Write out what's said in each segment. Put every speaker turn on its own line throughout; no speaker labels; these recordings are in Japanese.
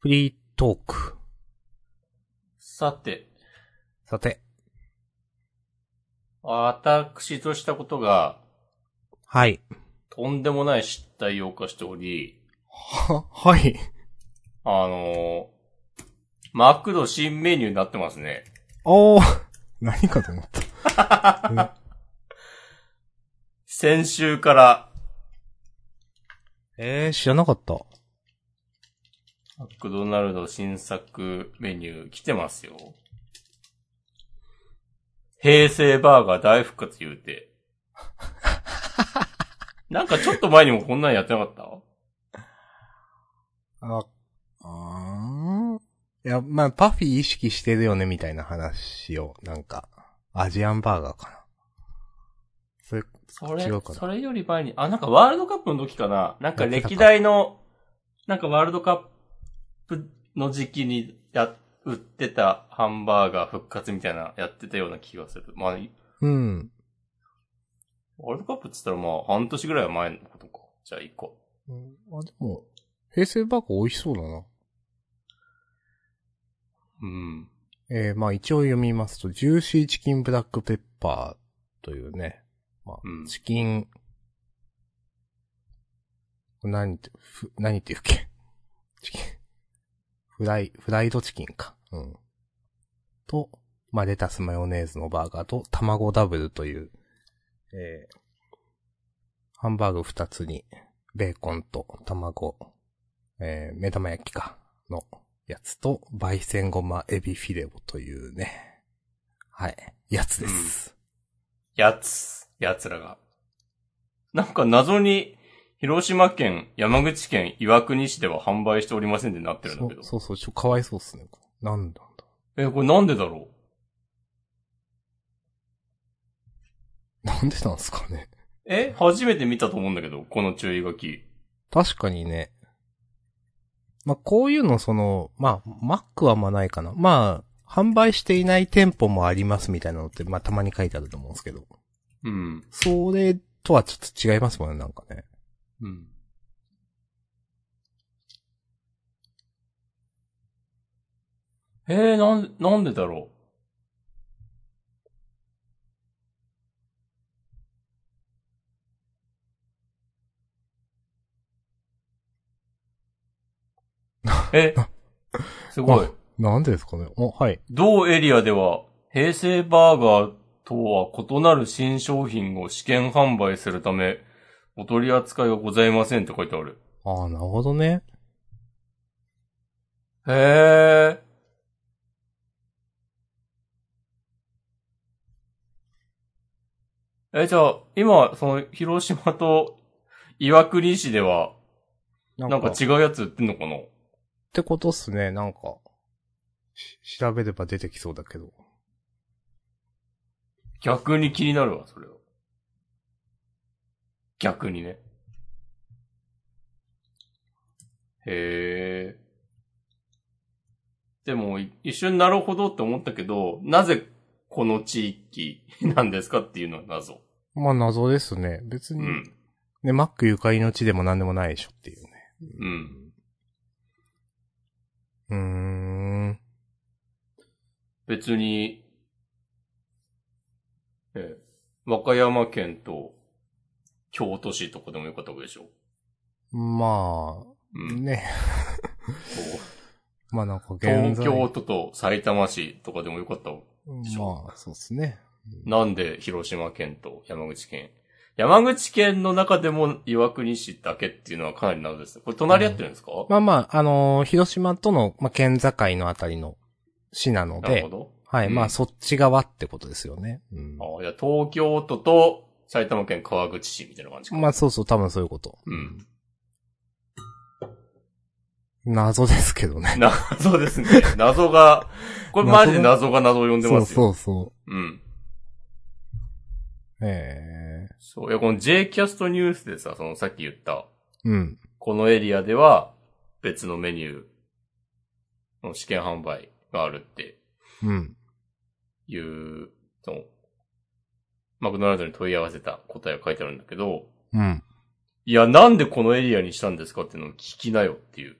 フリートーク。
さて、
さて、
私としたことが、
はい。
とんでもない失態を犯しており、
は、はい。
あのーマクド新メニューになってますね。
おー、何かと思った。
先週から、
えー、知らなかった。
マクドナルド新作メニュー来てますよ。平成バーガー大復活言うて。なんかちょっと前にもこんなんやってなかった
あ、あーいや、まあ、パフィ意識してるよね、みたいな話を、なんか、アジアンバーガーかな。それ、
それ
違うか、な
それより前に、あ、なんかワールドカップの時かななんか歴代の、なんかワールドカップの時期にや、売ってたハンバーガー復活みたいなやってたような気がする。まあ、い
うん。
ワールドカップって言ったらまあ、半年ぐらいは前のことか。じゃあ行こう。
うんあ、でも、平成バーガー美味しそうだな。
うん。
えー、まあ一応読みますと、ジューシーチキンブラックペッパーというね、まあ
うん、
チキン、何て、ふ、何て言うっけ チキン、フライ、フライドチキンか。うん。と、まあレタスマヨネーズのバーガーと、卵ダブルという、えー、ハンバーグ二つに、ベーコンと卵、えー、目玉焼きか、のやつと、焙煎ごまエビフィレオというね、はい、やつです。
やつ、やつらが。なんか謎に、広島県、山口県、岩国市では販売しておりませんでなってるんだけど。
そうそうそう、ちょ、かわいそうっすね。なんだ
え、これなんでだろう
なんでなんすかね。
え初めて見たと思うんだけど、この注意書き。
確かにね。まあ、こういうの、その、まあ、マックはあんまないかな。まあ、販売していない店舗もありますみたいなのって、まあ、たまに書いてあると思うんですけど。
うん。
それとはちょっと違いますもんね、なんかね。
うん。えー、なん、なんでだろう。 え、すごい。
なんでですかね。お、はい。
同エリアでは、平成バーガーとは異なる新商品を試験販売するため、お取り扱いはございませんって書いてある。
ああ、なるほどね。
へえ。え、じゃあ、今、その、広島と岩国市では、
な
なんか違うやつ売ってんのかな
ってことっすね、なんか。し調べれば出てきそうだけど。
逆に気になるわ、それは。逆にね。へえ。でも、い一緒になるほどって思ったけど、なぜこの地域なんですかっていうのは謎。
まあ、謎ですね。別
う
に、
ん。
ね、マックゆかりの地でも何でもないでしょっていうね。
うん。
うーん。
別に、ええ、和歌山県と京都市とかでもよかったわけでしょ。
ま
う
あ、
ん。
ね。
そう
まあなんか現在。
東京都と埼玉市とかでもよかったわ
まあ、そうですね。
なんで広島県と山口県山口県の中でも岩国市だけっていうのはかなり謎です。これ隣り合ってるんですか、
まあまあ、あのー広島との、まあ、県境のあたりの市なの
なる
で
ほ、ど。
はい、
うん
まあそっち側ってことですよね。うん。
ああ、いや、東京都と埼玉県川口市みたいな感じか。
まあそうそう、多分そういうこと。
うん。
謎ですけどね。
謎ですね。謎が、これマジで謎が謎を呼んで
そ
ま
う
す
そ
よ。
うそ
うん。
う。ええ
そう。いや、この J キャストニュースでさ、そのさっき言った、
うん。
このエリアでは別のメニューの試験販売があるって
うん。
いう、その、マクドナルドに問い合わせた答えが書いてあるんだけど、
うん。
いや、なんでこのエリアにしたんですかっていうのを聞きなよっていう。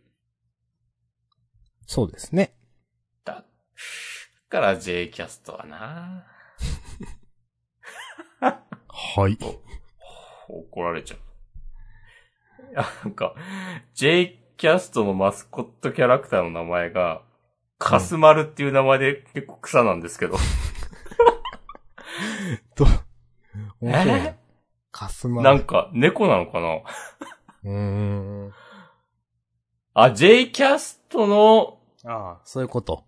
そうですね。
だから J キャストはな
はい。
怒られちゃう。いや、なんか、J キャストのマスコットキャラクターの名前が、カスマルっていう名前で結構草なんですけど。
と、面白い
え
な。かすま。
なんか、猫なのかな
うーん。
あ、J キャストの、
ああ、そういうこと。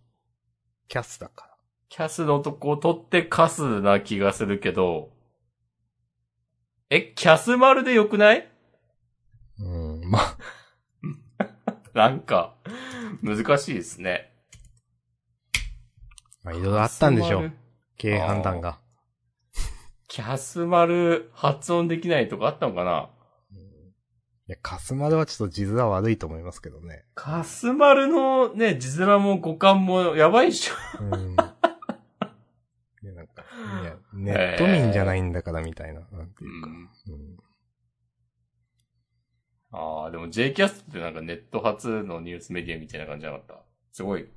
キャスだか
キャスのとこを取ってカスな気がするけど、え、キャスマルでよくない
ら。うん、まあ、
なんか、難しいですね。
まあ、いろいろあったんでしょ
カスマ
う
ル。。
経営判断が。
キャスマル発音できないとかあったのかない
や、かすまではちょっと地図は悪いと思いますけどね。
カスマルのね、字面も語感もやばいっしょ。
うん。いや、なんか、いや、ネット民じゃないんだからみたいな、なんていうか。うん
ああ、でも J キャストってなんかネット発のニュースメディアみたいな感じじゃなかった。すごい、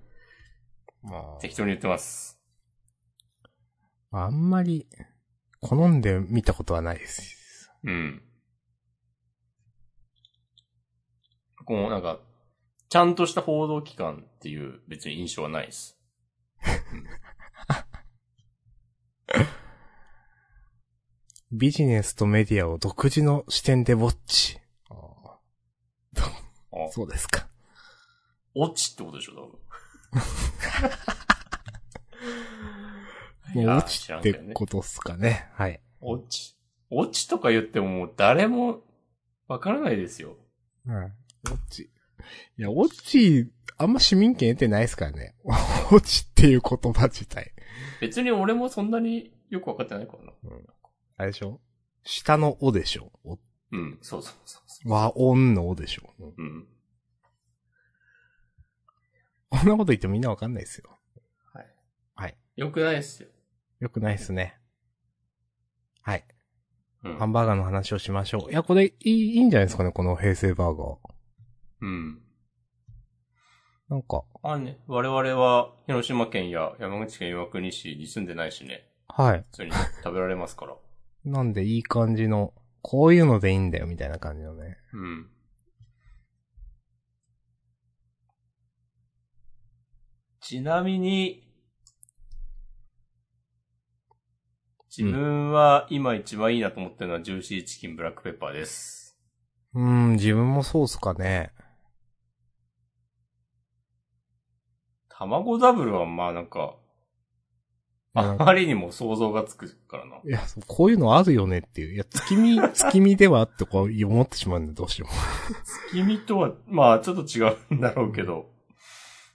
ま
適当に言ってます。
あ、あんまり、好んで見たことはないです。
うん。このなんか、ちゃんとした報道機関っていう別に印象はないです。
ビジネスとメディアを独自の視点でウォッチ。あ
あ
あそうですか。
落ちってことでしょ、多分。
もう
いや
落ちって
知らんけどね
ことっすかね。はい。
落ち。落ちとか言ってももう誰もわからないですよ。
うん。落ち。いや、落ち、あんま市民権得てないですからね。 落ちっていう言葉自体。
別に俺もそんなによくわかってないからな。
あれでしょ下のおでしょお
うん、そうそうそうそ
和音のおでしょ、
う。うん。
こんなこと言ってもみんなわかんないですよ。
よくないですよ。
よくないですね。はい。
うん
ハンバーガーの話をしましょう。いや、これいい、いいんじゃないですかね、この平成バーガー。
うん。
なんか、
あね、我々は広島県や山口県岩国市に住んでないしね、
はい。
普通に食べられますから。
なんでいい感じの、こういうのでいいんだよ、みたいな感じのね。
うん。ちなみに、自分は今一番いいなと思ってるのはジューシーチキンブラックペッパーです。
うーん、自分もそうっすかね。
卵ダブルはまあなんか、
な
あ
んか
まりにも想像がつくから な。
いや、そうこういうのあるよねっていう。いや、月見、月見ではとか思ってしまうんで、どうしよ
月見とは、まあちょっと違うんだろうけど。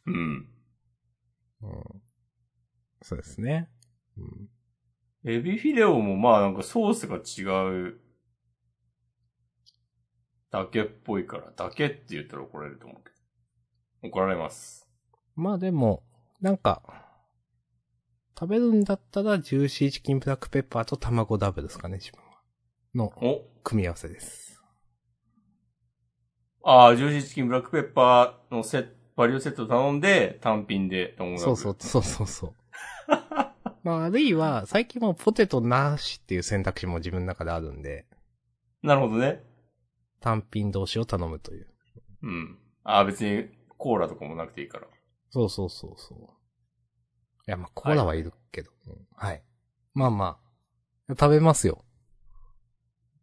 うん。
う。うん、そうですね。うん、
エビフィレオもまあなんかソースが違うだけっぽいから、だけって言ったら怒られると思うけど。怒られます。
まあでも、なんか、食べるんだったら、ジューシーチキンブラックペッパーと卵ダブルですかね、自分は。の
お
組み合わせです。
ああ、ジューシーチキンブラックペッパーのセット、バリューセット頼んで、単品で、と思。
そうそうう、そうそうそう。 まあ、あるいは、最近もうポテトなしっていう選択肢も自分の中であるんで、
なるほどね。
単品同士を頼むという。
うん。ああ、別にコーラとかもなくていいから。
そうそうそうそう。いや、まあ、コーラはいるけど。うんはい。まあまあ。食べますよ。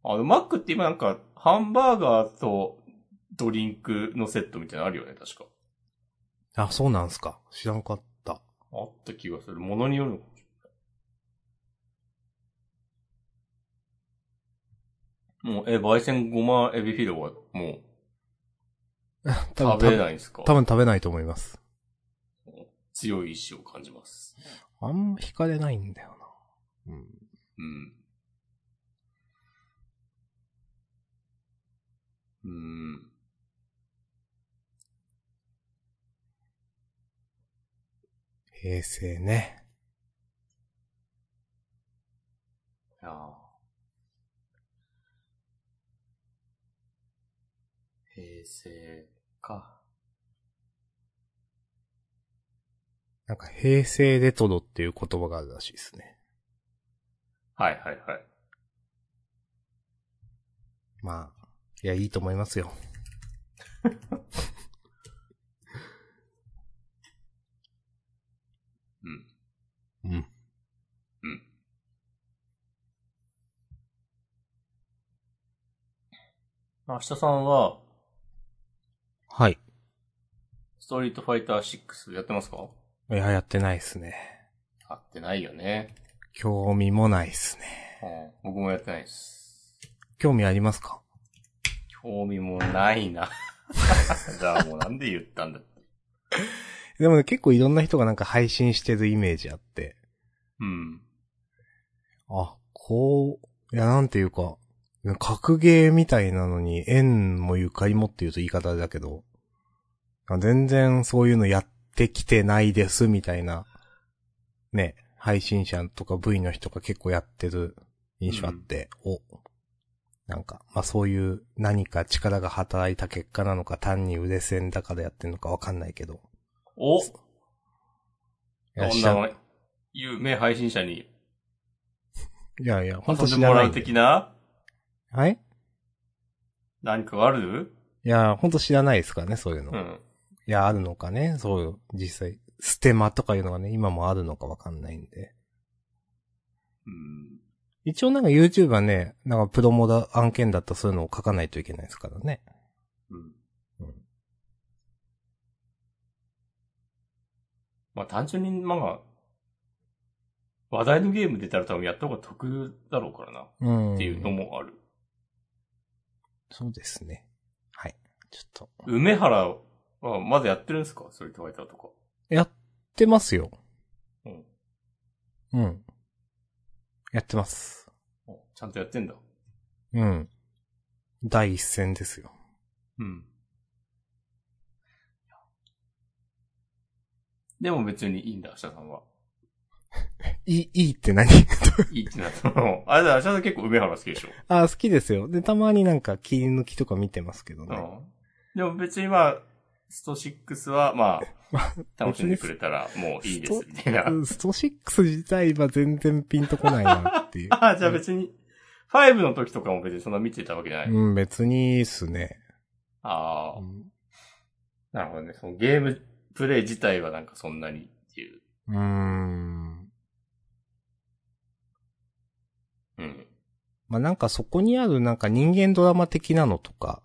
あの、マックって今なんか、ハンバーガーとドリンクのセットみたいなのあるよね、確か。
あ、そうなんすか。知らんかった。
あった気がする。ものによるのかもしれない。もう、え、焙煎ごまエビフィレオはもう
多分
食べれないんですか
多分食べないと思います。
強い意志を感じます。
あんま惹かれないんだよな。うん。
うん。うん。
平成ね。
いやー平成か。
なんか平成レトロっていう言葉があるらしいですね。
はいはいはい。
まあ、いや、いいと思いますよ。
うん。
うん。
うん。明日さんは、
はい。
ストリートファイター6やってますか
いや、やってないですね。
やってないよね。
興味もないですね。
うん。僕もやってないです。
興味ありますか
興味もな いな。じゃあもうなんで言ったんだって。
でもね、結構いろんな人がなんか配信してるイメージあって。
うん。
あ、こう、いや、なんていうか、格ゲーみたいなのに縁もゆかりもっていうと言い方だけど、あ全然そういうのやってきてないですみたいな、ね、配信者とか V の人が結構やってる印象あって、お、なんか、まあそういう何か力が働いた結果なのか単に腕線だからやってるのかわかんないけど。
お
いや
こん
知
な
ら
の有名配信者に
いやいや、本
遊
当
んで
知
も
ら
ら
ないん
う
で。
的な
はい
何かがある
いや、本当知らないですからね、そういうの。
うん。
いや、あるのかね。そうよ。実際。ステマとかいうのがね、今もあるのかわかんないんで。
うん。
一応なんか YouTube はね、なんかプロモだ案件だったらそういうのを書かないといけないですからね。
うん
うん
まあ単純に、まあ、話題のゲーム出たら多分やった方が得だろうからな、っ
うん。
ていうのもある。
そうですね。はい。ちょっと。
梅原はまだやってるんですかストリートファイターとか。
やってますよ。
うん。
うん。やってます。
おちゃんとやってんだ。
うん。第一戦ですよ。
うん。でも別にいいんだ、明日さんは。
いい、いいって何
いいってなったの。あれだ、明日さん結構梅原好きでしょ。
あ、好きですよ。で、たまになんか切り抜きとか見てますけど
う
ね。
ん。でも別にまあ、スト6はま
ま
あ、楽しんでくれたらもういいです、みたいな。
う。んスト6自体は全然ピンとこないなっていう
ああ、じゃあ別に、5の時とかも別にそんな見てたわけじゃない。
うん、別にいいっすね。
ああ
う、ん
なるほどね。そのゲームプレイ自体はなんかそんなにっていう。
うーん。
うん。
まあなんかそこにあるなんか人間ドラマ的なのとか、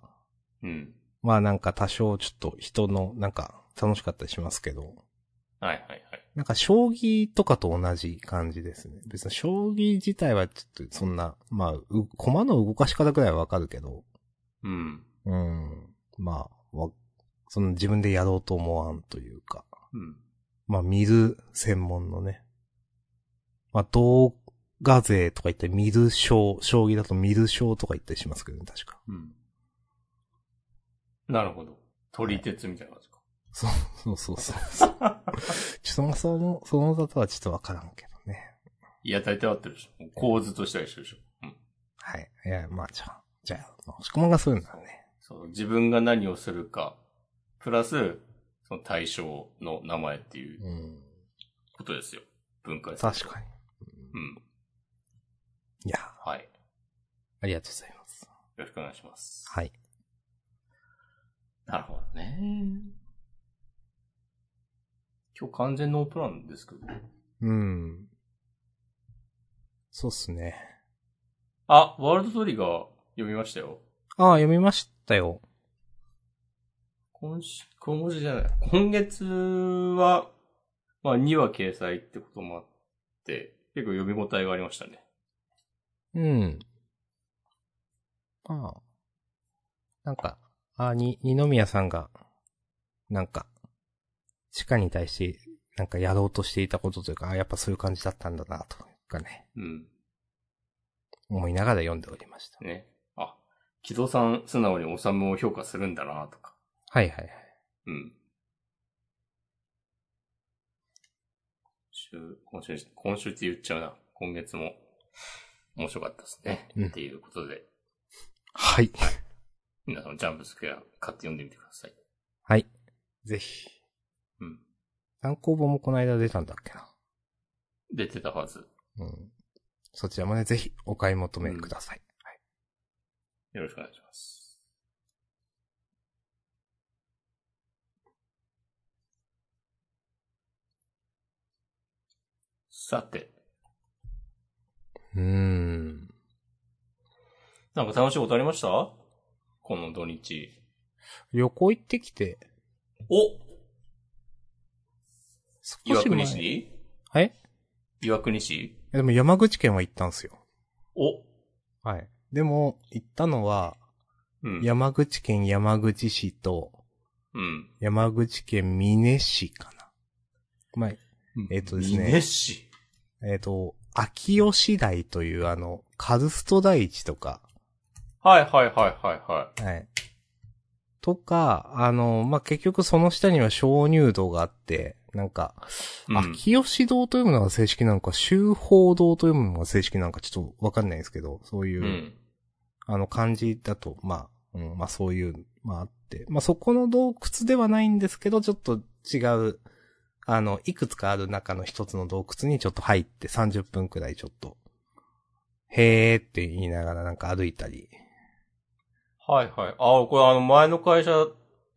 うん。
まあなんか多少ちょっと人のなんか楽しかったりしますけど、
はいはいはい。
なんか将棋とかと同じ感じですね。別に将棋自体はちょっとそんな、まあ、う駒の動かし方くらいはわかるけど、
うん。
うん。まあ、わその自分でやろうと思わんというか。
うん。
まあ、見る専門のね。まあ、動画税とか言ったり、見る賞、将棋だと見る賞とか言ったりしますけどね、確か。
うん。なるほど。取り鉄みたいな感じか。
そう、そうそうそうそう。 ちょその、その、そのだとはちょっとわからんけどね。
いや、大体合ってるでしょ。構図としては一緒でしょ。うん。
はい。いや、まあ、じゃあ、じゃあ、まあ押し込まんがそういうのはね。
そう、自分が何をするか、プラス、その対象の名前っていう
うん。
ことですよ。分解する
確かに。
うん。
いや、
はい。
ありがとうございます。
よろしくお願いします。
はい。
なるほどね。今日完全ノープランですけど。
うん。そうっすね。
あ、ワールドトリガー読みましたよ。
ああ、読みましたよ。
今週、今週じゃない。今月は、まあ2話掲載ってこともあって、結構読み応えがありましたね。
うん。まあ。なんか、あ、に、二宮さんが、なんか、地下に対して、なんかやろうとしていたことというか、あ、やっぱそういう感じだったんだな、とかね、
うん。
思いながら読んでおりました。
ね。あ、木戸さん素直におさむを評価するんだなとか。
はいはいはい。
うん。週、今週、今週って言っちゃうな。今月も面白かったですね。
うん
っていうことで、
はい。
皆さんジャンプスクエア買って読んでみてください。
はい。ぜひ。
うん。
参考本もこの間出たんだっけな。
出てたはず。
うん。そちらもね、ぜひお買い求めください。はい。
よろしくお願いします。さて、
うーん。
なんか楽しいことありましたこの土日。
旅行行ってきて、
お
少
岩
し前
国。市
はい
岩国市
でも山口県は行ったんすよ。
お
はい。でも、行ったのは、
うん。
山口県山口市と、
うん。
山口県美祢市かな。まあ、えっとですね
美祢市。
えっ、と、秋吉台というあの、カルスト台地とか、
はいはいはいはいは
はい。とか、あの、まあ、結局その下には鍾乳洞があって、なんか、
い。うん
秋吉堂というものが正式なのか、修法堂というものが正式なのかちょっとわかんないんですけど、そういう、
うん。
あの漢字だと、まあ、うん、まあそういう、まああって、まあそこの洞窟ではないんですけど、ちょっと違う、あの、いくつかある中の一つの洞窟にちょっと入って30分くらいちょっと、へーって言いながらなんか歩いたり、
はいはい。あ、これあの前の会社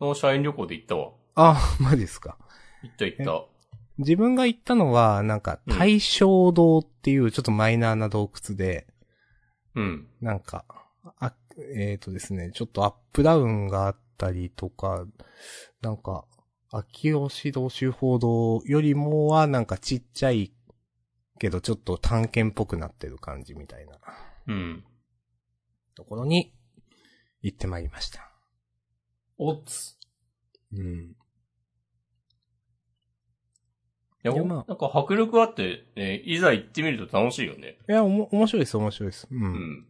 の社員旅行で行ったわ。
あ、マジっすか。
行った行った。
自分が行ったのは、なんか、
うん
大正堂っていうちょっとマイナーな洞窟で、
うん。
なんか、あ、えっ、とですね、ちょっとアップダウンがあったりとか、なんか、秋吉堂修法堂よりもはなんかちっちゃいけどちょっと探検っぽくなってる感じみたいな
うん。
ところに行ってまいりました。
おつ。
うん。
いや、
いやまあ
なんか迫力あって、ね、いざ行ってみると楽しいよね。
いや、おも、面白いです、面白いです。うん。
うん。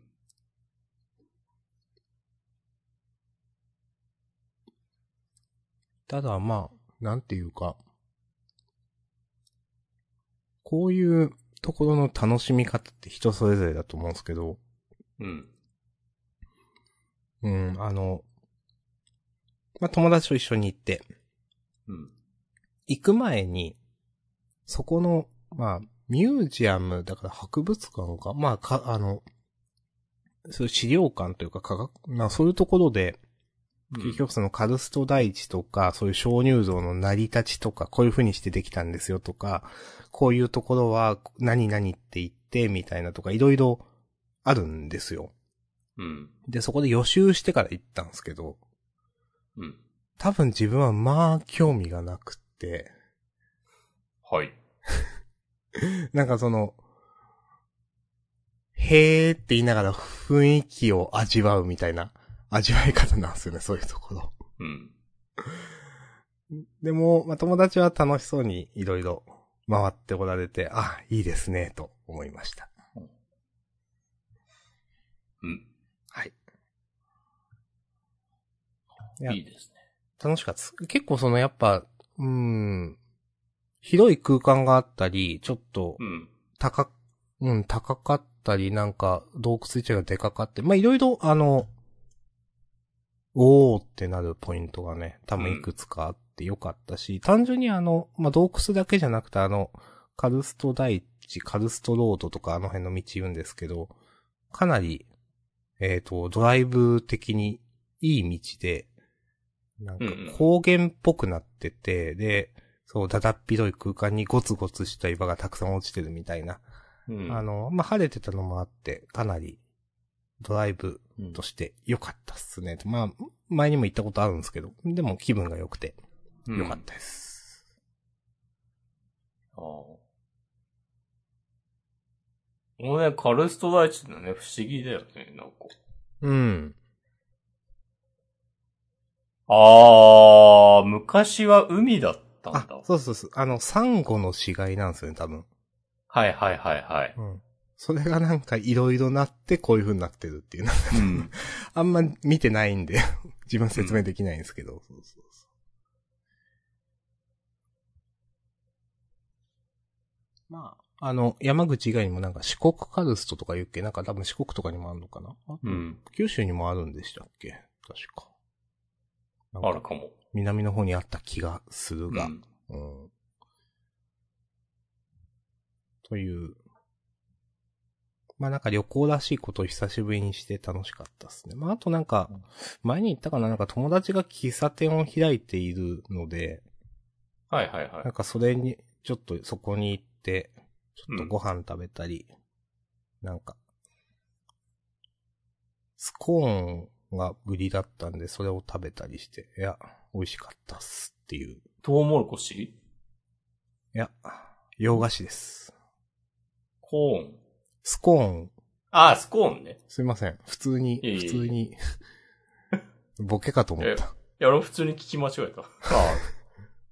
ただまあ、なんていうか、こういうところの楽しみ方って人それぞれだと思うんですけど、
うん。
うん、あの、まあ、友達と一緒に行って、
うん。
行く前に、そこの、まあ、ミュージアム、だから博物館か、まあ、か、あの、そういう資料館というか科学、まあそういうところで、結局そのカルスト台地とか、そういう鍾乳洞の成り立ちとか、こういう風にしてできたんですよとか、こういうところは何々って言って、みたいなとか、いろいろあるんですよ。
うん。
で、そこで予習してから行ったんですけど、
うん。
多分自分はまあ興味がなくって、
はい。
なんかその、へーって言いながら 雰囲気を味わうみたいな味わい方なんですよね、そういうところ。
うん。
でも、まあ友達は楽しそうにいろいろ回っておられて、あ、いいですね、と思いました。
うん。
はい。いや
いいですね。
楽しかったです。結構そのやっぱ、うーん、広い空間があったり、ちょっと
うん。
高、うん、高かったり、なんか、洞窟一がでかかって、まあ、いろいろ、あの、おーってなるポイントがね、多分いくつかあってよかったし、単純にあの、まあ、洞窟だけじゃなくて、あの、カルスト大地、カルストロードとかあの辺の道言うんですけど、かなり、えっ、と、ドライブ的にいい道で、なんか
うんうん
高原っぽくなってて、で、そう、だだっ広い空間にゴツゴツした岩がたくさん落ちてるみたいな。
うん。
あの、まあ、晴れてたのもあって、かなりドライブ
うん、
として良かったっすね。まあ、前にも行ったことあるんですけど、でも気分が良くて
うん
良かったです。
ああ。このね、カルスト大地ってね、不思議だよね、なんか。
うん。
ああ、昔は海だったんだ
あ。、そうそうそう。あの、サンゴの死骸なんですよね、多分。
はいはいはいはい。
うん。それがなんかいろいろなって、こういう風になってるっていう。
うん。
あんま見てないんで、 自分説明できないんですけど。そうそうそうまあ、あの、山口以外にもなんか四国カルストとか言うっけなんか多分四国とかにもあるのかなあ
うん。
九州にもあるんでしたっけ確か。なん
ある
か
かも。
南の方にあった気がするが。
うん
うん。という。まあなんか旅行らしいことを久しぶりにして楽しかったですね。まああとなんか、前に言ったかな、なんか友達が喫茶店を開いているので、
はいはいは
ないん。かそれに、ちょっとそこに行って、ちょっとご飯食べたり、なんか、スコーンが売りだったんで、それを食べたりして、いや、美味しかったっすっていう。い
トウモロコシ
や、洋菓子です。
コーン。
スコーン、
ああ、スコーンね。
すいません。普通に、
いえいえ
普通に、 ボケかと思った。
いや、俺も普通に聞き間違えた。 はい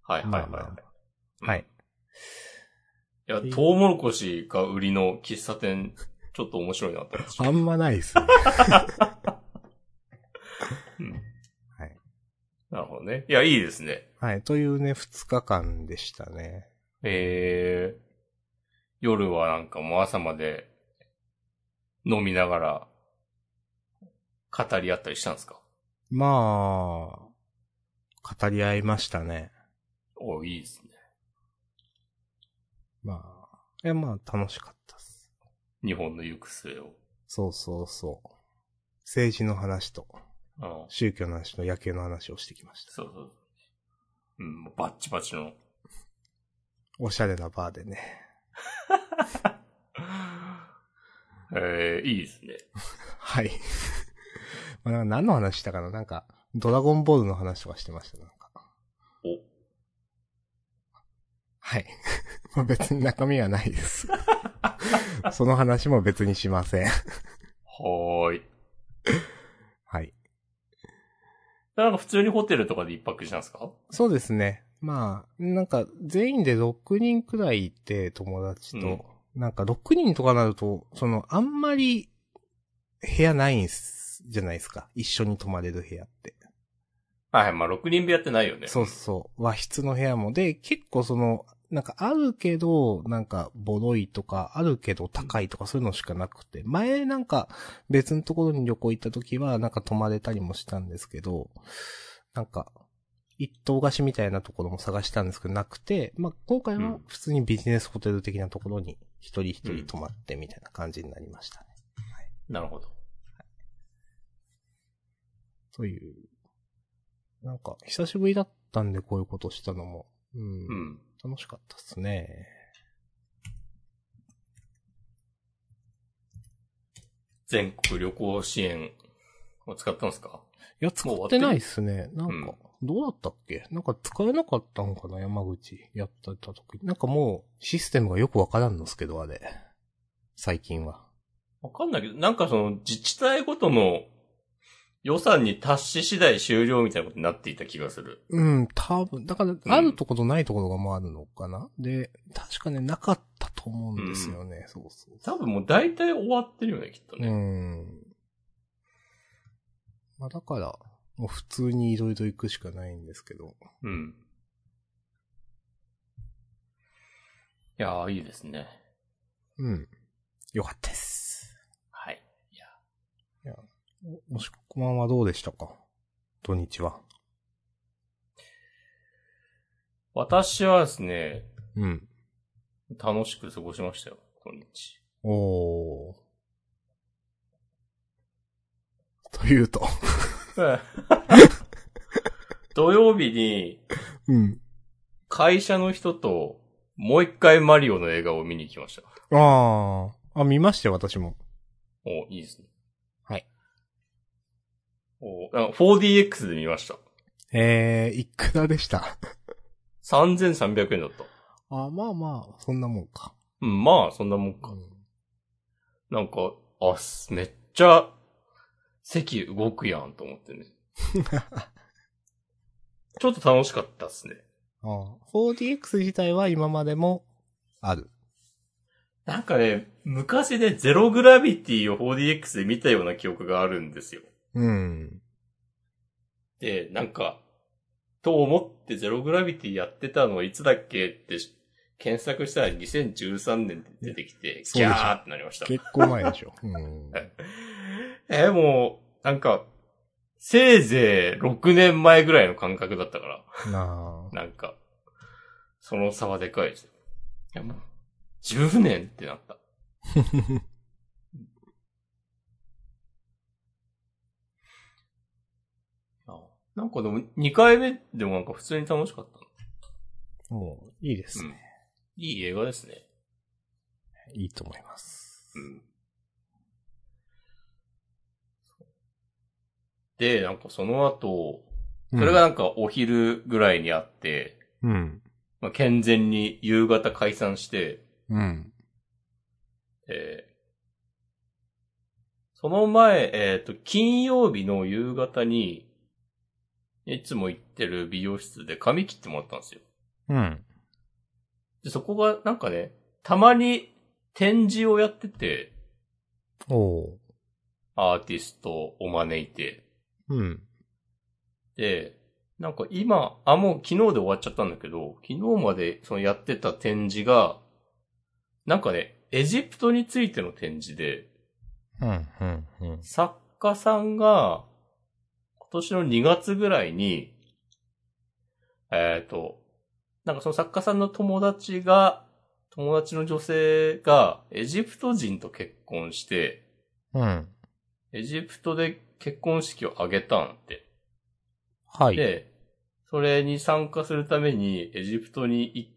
はい
まあ
はい
まあ
は
はい。
い。いや、トウモロコシが売りの喫茶店、ちょっと面白いなって思いま した
あんまないです ね。
うん
はい。
なるほどね。いや、いいですね。
はい。というね、二日間でしたね。
えー、夜はなんかもう朝まで飲みながら語り合ったりしたんですか
まあ、語り合いましたね。
おいいですね。
まあ、いやまあ楽しかったっす。
日本の行く末を。
そうそうそう。政治の話と、
あの
宗教の話と野球の話をしてきました。
そうそう。うん、もうバッチバチの。
おしゃれなバーでね。
えー、いいですね。
はい。 まあなんか何の話したかななんか、ドラゴンボールの話とかしてました、なんか。
お。
はい。 まあ別に中身はないです。 その話も別にしません。
はーい。
はい。
なんか普通にホテルとかで一泊したんですか
そうですね。まあ、なんか、全員で6人くらいいて、友達と。なんか6人とかなると、その、あんまり、部屋ないんす、じゃないですか。一緒に泊まれる部屋って。
はい、まあ6人部屋ってないよね。
そうそう。和室の部屋も。で、結構その、なんかあるけど、なんか、ボロいとか、あるけど高いとかそういうのしかなくて。前なんか、別のところに旅行行った時は、なんか泊まれたりもしたんですけど、なんか、一棟貸しみたいなところも探したんですけど、なくて、まあ、今回は普通にビジネスホテル的なところに、一人一人泊まってみたいな感じになりましたね。
なるほど。
という。なんか、久しぶりだったんで、こういうことしたのも。うん。
うん。
楽しかったっすね。
全国旅行支援を使ったんですか
いや、使
もう終わ
っ
って
て
る
ないっすね。なんか、
うん
どうだったっけなんか使えなかったのかな山口やってた時。なんかもう、システムがよくわからんのっすけど、あれ。最近は。
わかんないけど、なんかその自治体ごとの予算に達し次第終了みたいなことになっていた気がする。
うん、多分。だから、あるところとないところがもうあるのかな、で、確かね、なかったと思うんですよね。そうそう
多分もう大体終わってるよね、きっと
う
ね。
ん。まあだから、もう普通にいろいろ行くしかないんですけど。
うん。いやー、いいですね。
うん。よかったです。
はい。
お、もしこまんはどうでしたか土日は。
私はですね、
うん。
楽しく過ごしましたよ、土日。
おー。というと。
土曜日に
うん。
会社の人ともう一回マリオの映画を見に行きました。
あー。あ、見ましたよ、私も。
おいいですね。
はい。
おなんか 4DX で見ました。
えー、いくらでした。
3300円だった。
あ、まあまあ、そんなもんか。
うん、まあ、そんなもん
う
か。
ん。
なんか、あ、すめっちゃ、席動くやんと思って ね。ちょっと楽しかったっすね。
あー 4DX 自体は今までもある。
なんかね、昔ね、ゼログラビティを 4DX で見たような記憶があるんですよ。
うん。
で、なんか、と思ってゼログラビティやってたのはいつだっけってし検索したら2013年って出てきて、
そうでし
ギ
ょ
ャーってなりました。
結構前でしょ。 うん。
え、もう、なんか、せいぜい6年前ぐらいの感覚だったから、
なあ。
なんか、その差はでかいですよ。いやもう10年ってなった。 あなんかでも、2回目でもなんか普通に楽しかったな。
もう、いいですね。
いい映画ですね。
いいと思います。
うん。で、なんかその後、それが、なんかお昼ぐらいにあって、
うん。
まあ、健全に夕方解散して、
うん。
えーその前、えっ、と、金曜日の夕方に、いつも行ってる美容室で髪切ってもらったんですよ。
うん。
で、そこが、なんかね、たまに展示をやってて、
おー。
アーティストを招いて、
うん。
で、なんか今、あ、もう昨日で終わっちゃったんだけど、昨日までそのやってた展示が、なんかね、エジプトについての展示で、
うん。うん。うん。
作家さんが、今年の2月ぐらいに、えっ、と、なんかその作家さんの友達が、友達の女性がエジプト人と結婚して、
うん。
エジプトで結婚式を挙げたんって。
はい。
で、それに参加するためにエジプトに行っ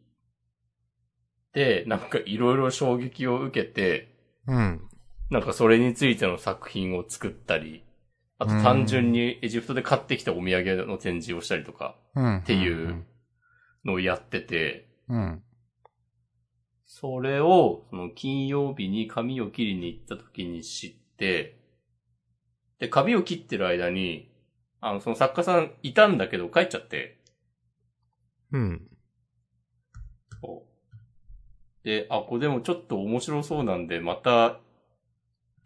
て、なんかいろいろ衝撃を受けて、
うん。
なんかそれについての作品を作ったり、あと単純にエジプトで買ってきたお土産の展示をしたりとか
うん。っ
っていう。のをやってて、
うん。
それをその金曜日に髪を切りに行った時に知って、で、髪を切ってる間に、あの、その作家さんいたんだけど帰っちゃって、
うん。
そうで、あ、これでもちょっと面白そうなんで、また、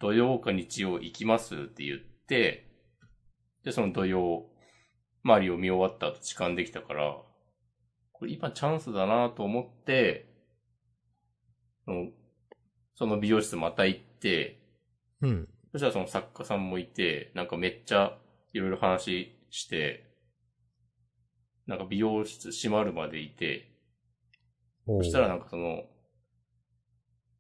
土曜か日曜行きますって言って、で、その土曜、マリオ見終わった後時間できたから、これ今チャンスだなと思って、そのその美容室また行って、
うん。
そしたらその作家さんもいて、なんかめっちゃいろいろ話して、なんか美容室閉まるまでいて、
おー
そしたらなんかその、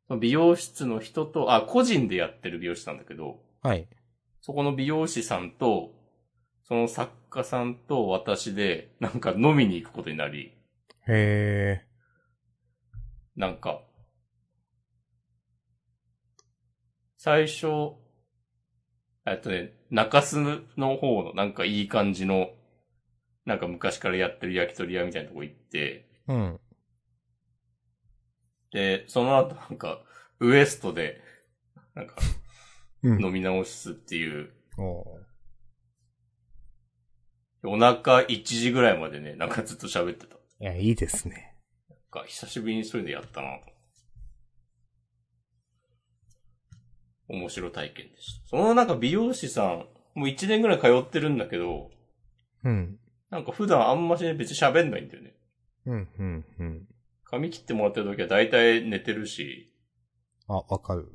その美容室の人と、あ、個人でやってる美容師さんだけど、
はい。
そこの美容師さんと、その作家さんと私で、なんか飲みに行くことになり、
へ
なんか、最初、えっとね、中洲の方のなんかいい感じの、なんか昔からやってる焼き鳥屋みたいなとこ行って、
ー。うん。
で、その後なんか、ウエストで、なんか、
うん。
飲み直すっていう、
おー
夜中1時ぐらいまでね、なんかずっと喋ってた。
いや、いいですね。
なんか久しぶりにそういうのやったなと。面白い体験でした。そのなんか美容師さん、もう1年ぐらい通ってるんだけど、
うん。
なんか普段あんましね別に喋んないんだよね。
うん、うん、うん。
髪切ってもらってる時は大体寝てるし、
あ、わかる。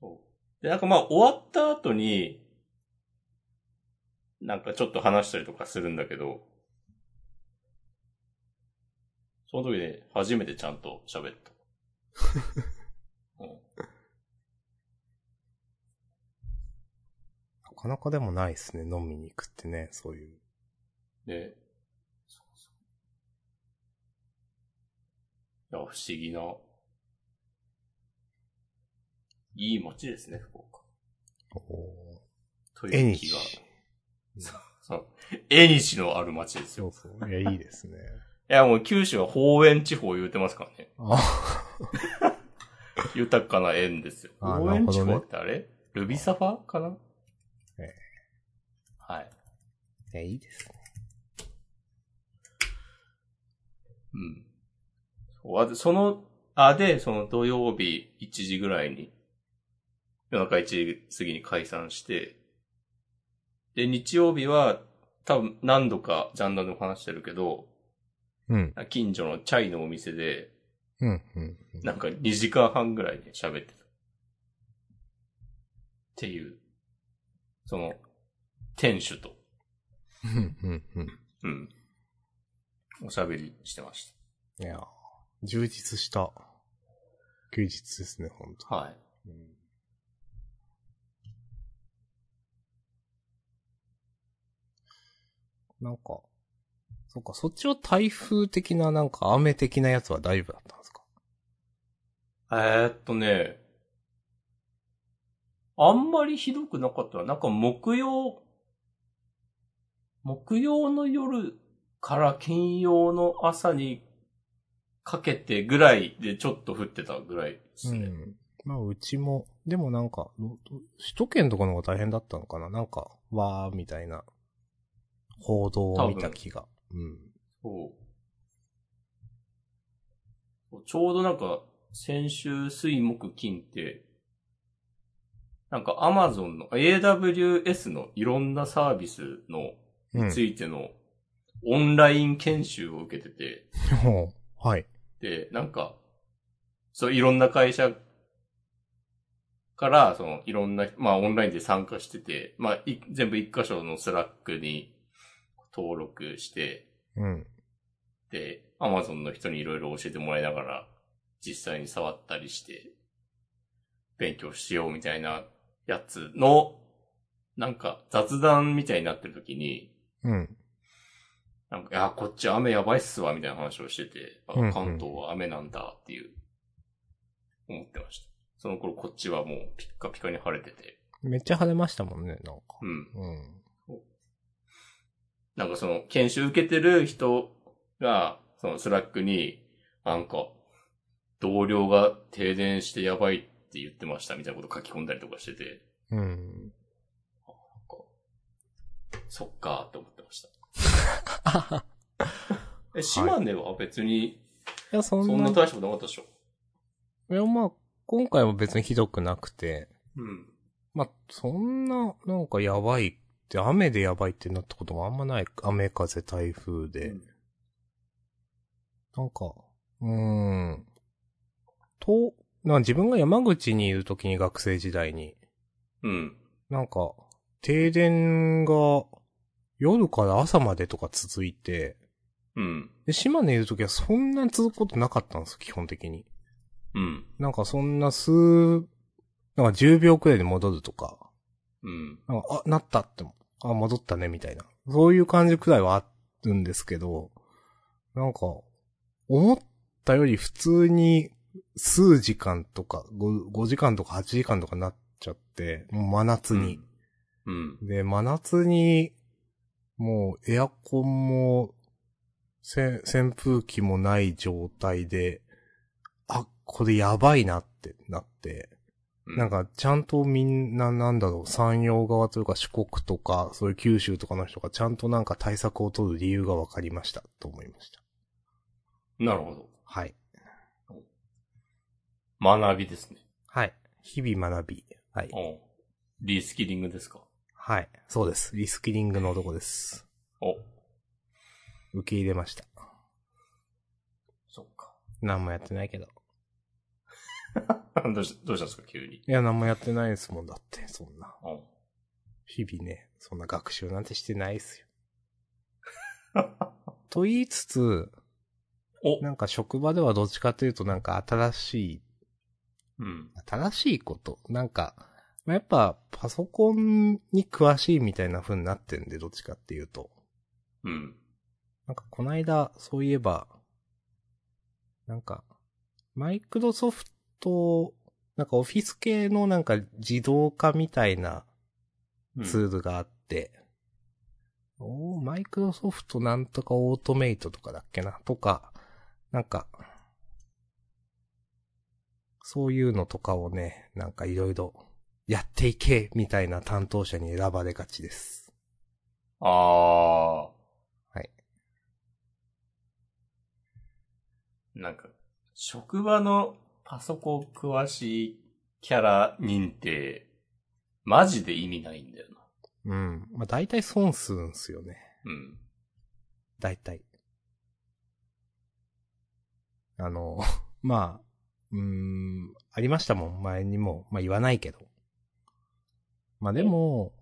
そう。で、なんかまあ終わった後に、なんかちょっと話したりとかするんだけど、その時で初めてちゃんと喋った。うん
なかなかでもないですね、飲みに行くってね、そういう。
で、そうそう。いや、不思議な。いい街ですね、福岡。
お
と
ー。絵
いう
に
気が。そう。絵にしのある街ですよ。
そうそう。いや、いいですね。
いや、もう九州は方園地方言うてますからね。
あ、
豊かな縁ですよ。
あー
方園地
なる
方
ほど
っ
ね
てあれ、ルビサファかな
ええ
はい。
いや、いいですね。
うん。そうあでその、あ、で、その土曜日1時ぐらいに、夜中1時過ぎに解散して、で、日曜日は、多分何度かジャンダンでも話してるけど、
うん。
近所のチャイのお店で、
うん、うん。
なんか2時間半ぐらいで喋ってた。っていう、その、店主と、
うん、うん、うん。
うん。おしゃべりしてまし
いや、充実した。休日ですね、ほんと。
はい。
うんなんか、そっか、そっちは台風的な、なんか雨的なやつは大丈夫だったんですか
えーっとね、あんまりひどくなかったな。なんか木曜、木曜の夜から金曜の朝にかけてぐらいでちょっと降ってたぐらいですね。
ん。まあ、うちも、でもなんか、どど首都圏とかの方が大変だったのかななんか、わー、みたいな、報道を見た気が。うん。
そうそう。ちょうどなんか、先週水木金って、なんか Amazon の AWS のいろんなサービスの
う
についてのオンライン研修を受けてて、
ん。はい。
で、なんか、そう、いろんな会社から、その、いろんな、まあ、オンラインで参加してて、まあ、い全部一箇所のスラックに登録して、
うん。
で、アマゾンの人にいろいろ教えてもらいながら、実際に触ったりして、勉強しようみたいなやつの、なんか雑談みたいになってる時に、
うん。
なんか、いや、こっち雨やばいっすわ、みたいな話をしてて、あ
うんうん
関東は雨なんだっていう、思ってました。その頃こっちはもうピッカピカに晴れてて、
めっちゃ晴れましたもんね、なんか。
うん。
うん。
なんかその、研修受けてる人が、そのスラックに、なんか、同僚が停電してやばいって言ってましたみたいなこと書き込んだりとかしてて、
うん。
そっかーって思ってました。 え、島根は別に、
いや、そ
そ
ん
ん
な、
ない大したことなかったでしょ
や、まあ、今回も別にひどくなくて、
うん。
まあ、そんな、なんかやばいって、雨でやばいってなったこともあんまない。雨風台風で。
うん
なんか、うーん。と、なんか自分が山口にいるときに学生時代に、
うん。
なんか、停電が夜から朝までとか続いて、
うん。
で、島根いるときはそんなに続くことなかったんです、基本的に。
うん。
なんかそんな数、なんか10秒くらいで戻るとか、
うん。
なんか、あ、なったっても、あ、戻ったね、みたいな。そういう感じくらいはあるんですけど、なんか、思ったより普通に数時間とか5、5時間とか8時間とかなっちゃって、もう真夏に。
うん。
で、真夏に、もうエアコンも、せ扇風機もない状態で、あ、これやばいなってなって、
うん。
なん、か、ちゃんとみんな、なんだろう、山陽側というか四国とか、そういう九州とかの人がちゃんとなんか対策を取る理由が分かりました、と思いました。
なるほど。
はい。
学びですね。
はい。日々学び。はい。
おうリスキリングですか
はい。そうです。リスキリングの男です。
お、
受け入れました。
そっか。
何もやってないけど。
どうし、どうしたんですか急に。
いや、何もやってないですもんだって、そんな。
おう
日々ね、そんな学習なんてしてないっすよ。と言いつつ、
お、
なんか職場ではどっちかというとなんか新しい
うん。
新しいこと。なんか、まあやっぱパソコンに詳しいみたいな風になってるんで、どっちかっていうと。
うん。
なんかこの間、そういえば、なんか、マイクロソフト、なんかオフィス系のなんか自動化みたいな
うん
ツールがあって、おーマイクロソフトなんとかオートメイトとかだっけな、とか、なんか、そういうのとかをね、なんかいろいろやっていけ、みたいな担当者に選ばれがちです。
あー。
はい。
なんか、職場のパソコン詳しいキャラ認定、マジで意味ないんだよ
う
な。
ん。まあ大体損するんすよね。
うん。
大体。あの、 まあ、うーん、ありましたもん、前にも。まあ言わないけど。まあでも、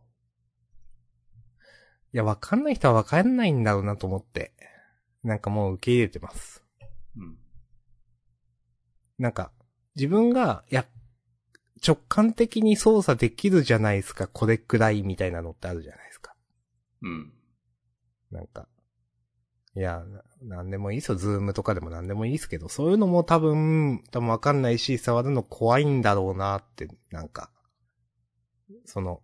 いや、わかんない人はわかんないんだろうなと思って。なんかもう受け入れてます。
うん。
なんか、自分が、いや、直感的に操作できるじゃないですか、これくらいみたいなのってあるじゃないですか。
うん。
なんか。いや、ななんでもいいですよ。ズームとかでもなんでもいいですけど、そういうのも多分、多分わかんないし、触るの怖いんだろうなって、なんか。その、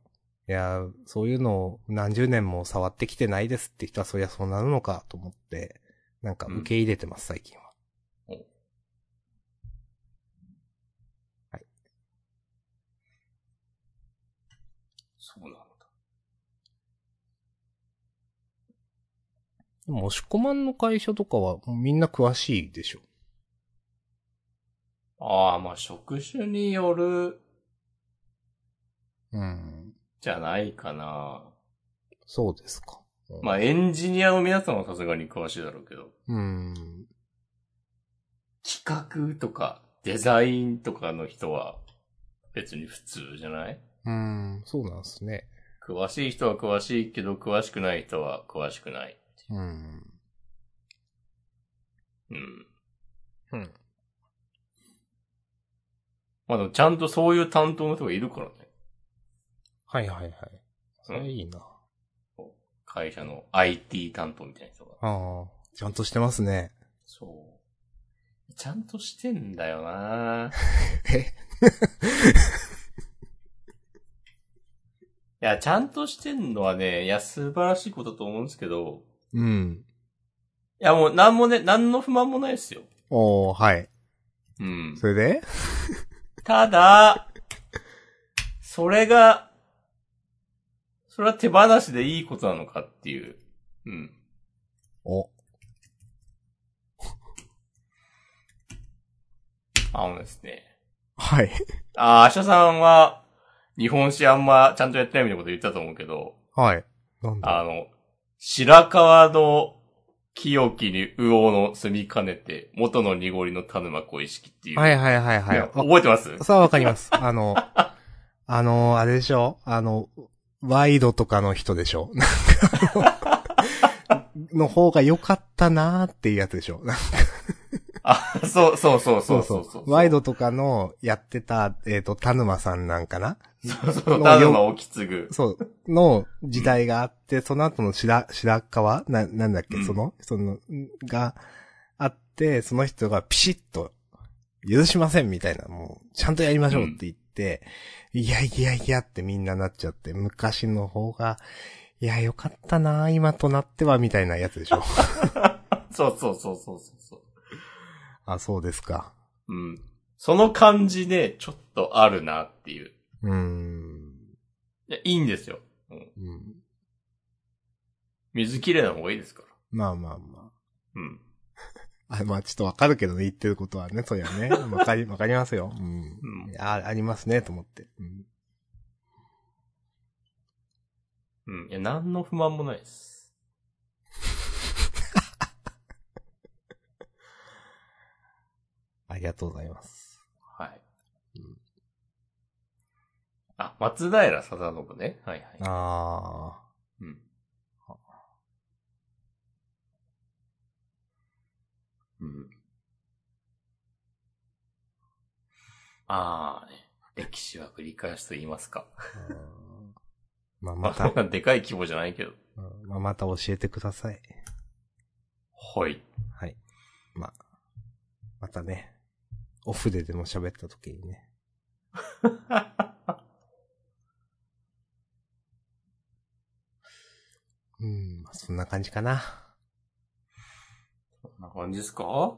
いや、そういうのを何十年も触ってきてないですって人は、そりゃそうなるのかと思って、なんか受け入れてます、最近は。
お
はい。
そうなんだ。
でも、押し込まんの会社とかは、みんな詳しいでしょ。
ああ、まあ職種による
うん。
じゃないかな。
そうですか。
まあエンジニアの皆さんはさすがに詳しいだろうけど、
うん。
企画とかデザインとかの人は別に普通じゃない
うん、そうなんですね。
詳しい人は詳しいけど、詳しくない人は詳しくない。
うん。
うん。
うん。
まあでもちゃんとそういう担当の人がいるからね。
はいはいはい。それいいな。
会社の IT 担当みたいな人が。
ああ、ちゃんとしてますね。
そう。ちゃんとしてんだよ な
え
いや、ちゃんとしてんのはね、いや、素晴らしいことだと思うんですけど、
うん。
いや、もう、なんもね、なんの不満もないですよ。
おおはい。
うん。
それで
ただ、それが、それは手放しでいいことなのかっていう。うん。
お。
あのですね。
はい。
あー、アシャさんは、日本史あんまちゃんとやってないみたいなこと言ったと思うけど、
はい。なんだ
あの、白川の清きに魚の住みかねて、元の濁りの田沼小石っていう。
はいはいはいはい。
ね
わ
覚えてます
さあわかります。 あの、あの、あれでしょあの、ワイドとかの人でしょなんかあの、の方が良かったなーっていうやつでしょ
あ、 そうそうそうそ
そうう
そう
そう。ワイ
ド
ドとかのやってた、えっ、と、田沼さんなんかな
そうそう、田沼をき継ぐ。
そう、の時代があって、その後の白、白川な、なんだっけ、
うん
その、その、んがあって、その人がピシッと、許しませんみたいな、もう、ちゃんとやりましょうって言って、いやいやいやってみんななっちゃって、昔の方が、いや、よかったな今となっては、みたいなやつで しょ。
そうそうそうそうそうそう。
あ、そうですか。
うん。その感じね、ちょっとあるなっていう。
うーん。
いや、いいんですよ。うん
うん、
水きれいな方がいいですから。
まあまあまあ。
うん。
あ、まあちょっとわかるけどね、言ってることはね、そりゃね。 わかり、わかりますよ。うん。
うん
あ、ありますね、と思って。うん。
うん。いや、何の不満もないです。
ありがとうございます。
はい。
うん
あ、松平定信ね。はいはい。
あ
うん。うん。ああ、ね、歴史は繰り返すと言いますか。
ーあー。まあ
ま
ま
あ、そ
た
ん、 なでかい規模じゃないけど。
うんまあまた教えてください。
はい。
はい。まあ、またね、オフででも喋った時に ね。うん、まあそんな感じかな。
こんな感じですか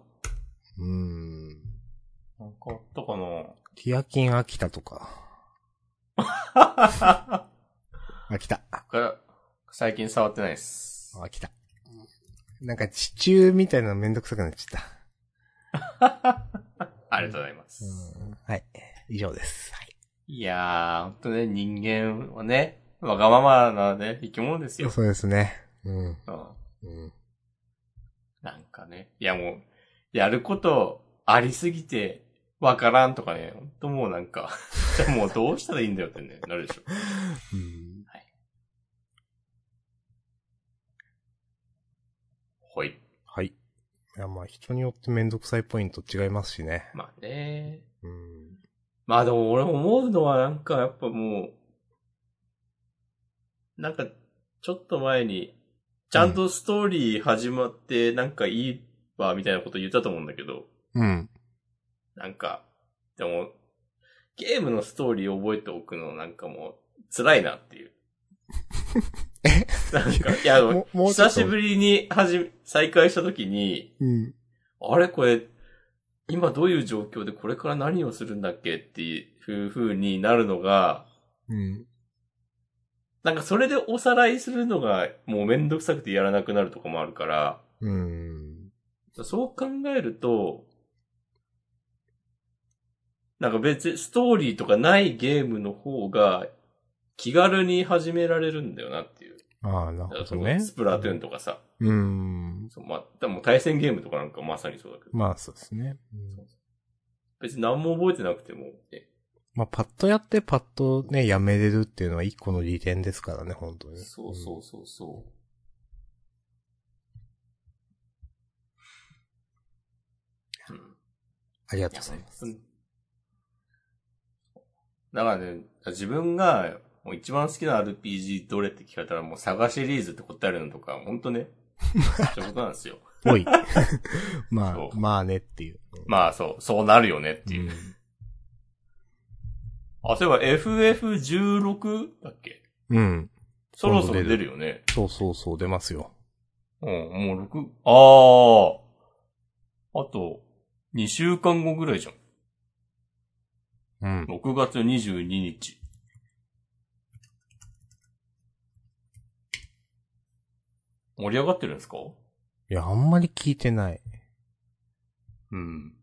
うん。
なんかあったか
ティアキン秋田とか。
な
秋田。
僕は最近触ってないです。
あ、来た。なんか地中みたいなのめんどくさくなっちゃっ
ありがとうございま
た。
す。
はい。以上です。はい。
いやー、ほんとね、人間はね、わがままなね、生き物です よ。
そうですね。うん。
うん
うん。
なんかね、いやもう、やることありすぎて、わからんとかね、ほんともうなんか、 じゃあもうどうしたらいいんだよってね、なるでしょ。
うん
ほい。
はい。いや、まあ人によってめんどくさいポイント違いますしね。
まあね、
うん。
まあでも俺思うのはなんかやっぱもう、なんかちょっと前に、ちゃんとストーリー始まってなんかいいわみたいなこと言ったと思うんだけど、
うん。
なんか、でも、ゲームのストーリーを覚えておくのなんかもう辛いなって いう。なんか、いや、でも
ももうちょっ
久
と
しぶりに始め、再開した時に、
うん。
あれこれ、今どういう状況でこれから何をするんだっけっていう風になるのが、
うん。
なんかそれでおさらいするのがもうめんどくさくてやらなくなるとかもあるから、
うん。
そう考えると、なんか別にストーリーとかないゲームの方が気軽に始められるんだよなっていう。
ああ、な
だか
る
ら
ほ
そ
ど
の
ね。
スプラトゥーンとかさ、
うん。
そうまあ、でも対戦ゲームとかなんかまさにそうだけど、
まあ、そうですね。うん
別に何も覚えてなくても、ね、
まあ、パッとやってパッとね、やめれるっていうのは一個の利点ですからね、本当に。
そうそうそうそう。
ありが
い
とう
や
ございます。
うんだからね、自分がもう一番好きな RPG どれって聞かれたらもうサガシリーズって答えるのとか、ほんと ね、そういうことなんですよ。
ぽい。 ま
そ
あ、
う
まあねっていう。
まあそう、そうなるよねって
う
いう。
ん。
あ、そういえば FF16 だっけ
うん。
そろそろ出るよね。
そうそうそう、出ますよ。
うん、もう6、ああ。あと、2週間後ぐらいじゃん。
うん。
6月22日。盛り上がってるんですか
いや、あんまり聞いてない。
うん。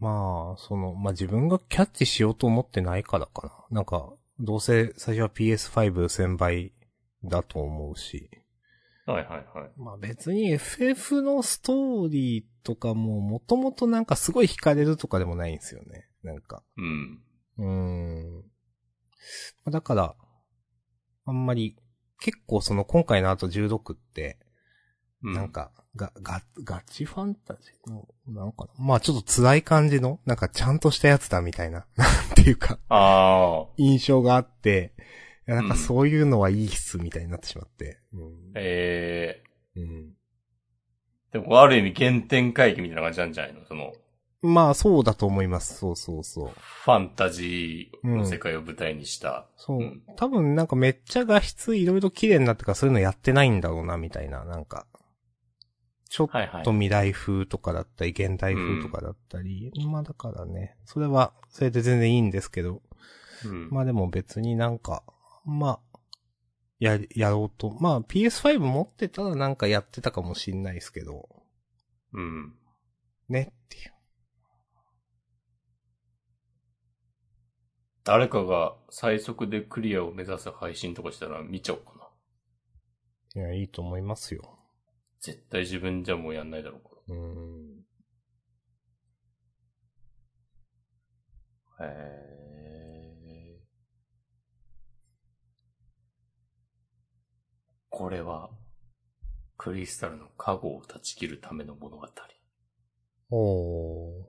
まあ、その、まあ自分がキャッチしようと思ってないからかな。なんか、どうせ最初は PS5 1000倍だと思うし。
はいはいはい。
まあ別に FF のストーリーとかももともとなんかすごい惹かれるとかでもないんですよね。なんか。
うん。
うーん。まあだから、あんまり、結構その今回の後16って、
うん
なん。か、が、が、ガチファンタジーの、なんかな。まあちょっと辛い感じの、なんかちゃんとしたやつだみたいな、 なんていうか、
ああ。
印象があって、いやなんか
うん
そういうのはいいっすみたいになってしまって。うん。
ええ
うん、
でもある意味原点回帰みたいな感じなんじゃないのその、
まあそうだと思います。そうそうそう。
ファンタジーの世界を舞台にした。。
そううん多分なんかめっちゃ画質いろいろ綺麗になってからそういうのやってないんだろうな、みたいな。なんか、ちょっ
はいはい
と。未来風とかだったり、現代風とかだったり。まあだからね、それは、それで全然いいんですけど。
うん
まあでも別になんか、まあ、や、やろうと。まあ PS5 持ってたらなんかやってたかもしんないですけど、
うん。
ねっていう。
誰かが最速でクリアを目指す配信とかしたら見ちゃおうかな。
いや、いいと思いますよ。
絶対自分じゃもうやんないだろうから。
うん。
へーこれは、クリスタルの加護を断ち切るための物語。
おー。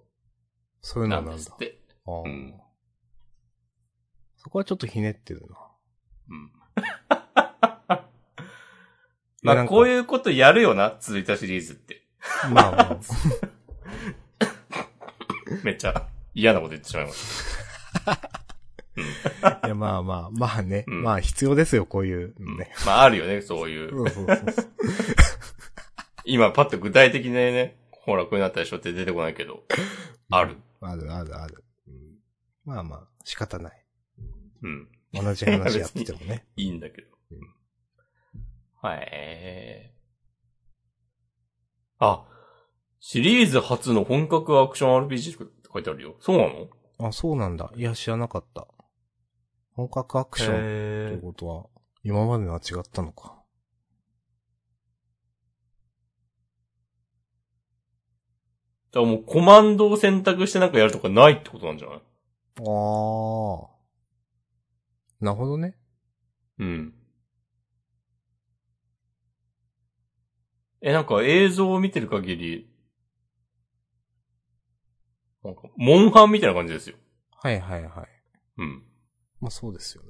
そういう
な
の
ん
なん
で
だ
す。って。
あー
うん
そこはちょっとひねってるな。
うん。まあ、こう
う。
いうことやるよな、続いたシリーズって。
まあまあ、
めっちゃ嫌なこと言ってしまいました。
いやまあまあ、まあね。
うん
まあ必要ですよ、こういうのね。
まあ、あるよね、そういう。
そうそうそうそう。
今、パッと具体的なね、ほら、こうなったでしょって出てこないけど、ある。
あるあるある。うんまあまあ、仕方ない。
うん。
同じ話やっててもね。
いいんだけど
うん。
はい、えー。あ、シリーズ初の本格アクション RPG って書いてあるよ。そうなの
あ、そうなんだ。いや、知らなかった。本格アクションとい
へ
うことは、今までのは違ったのか。
だからもうコマンドを選択してなんかやるとかないってことなんじゃない
ああ。なるほどね。
うん。え、なんか映像を見てる限り、なんか、モンハンみたいな感じですよ。
はいはいはい。
うん。
まあそうですよね。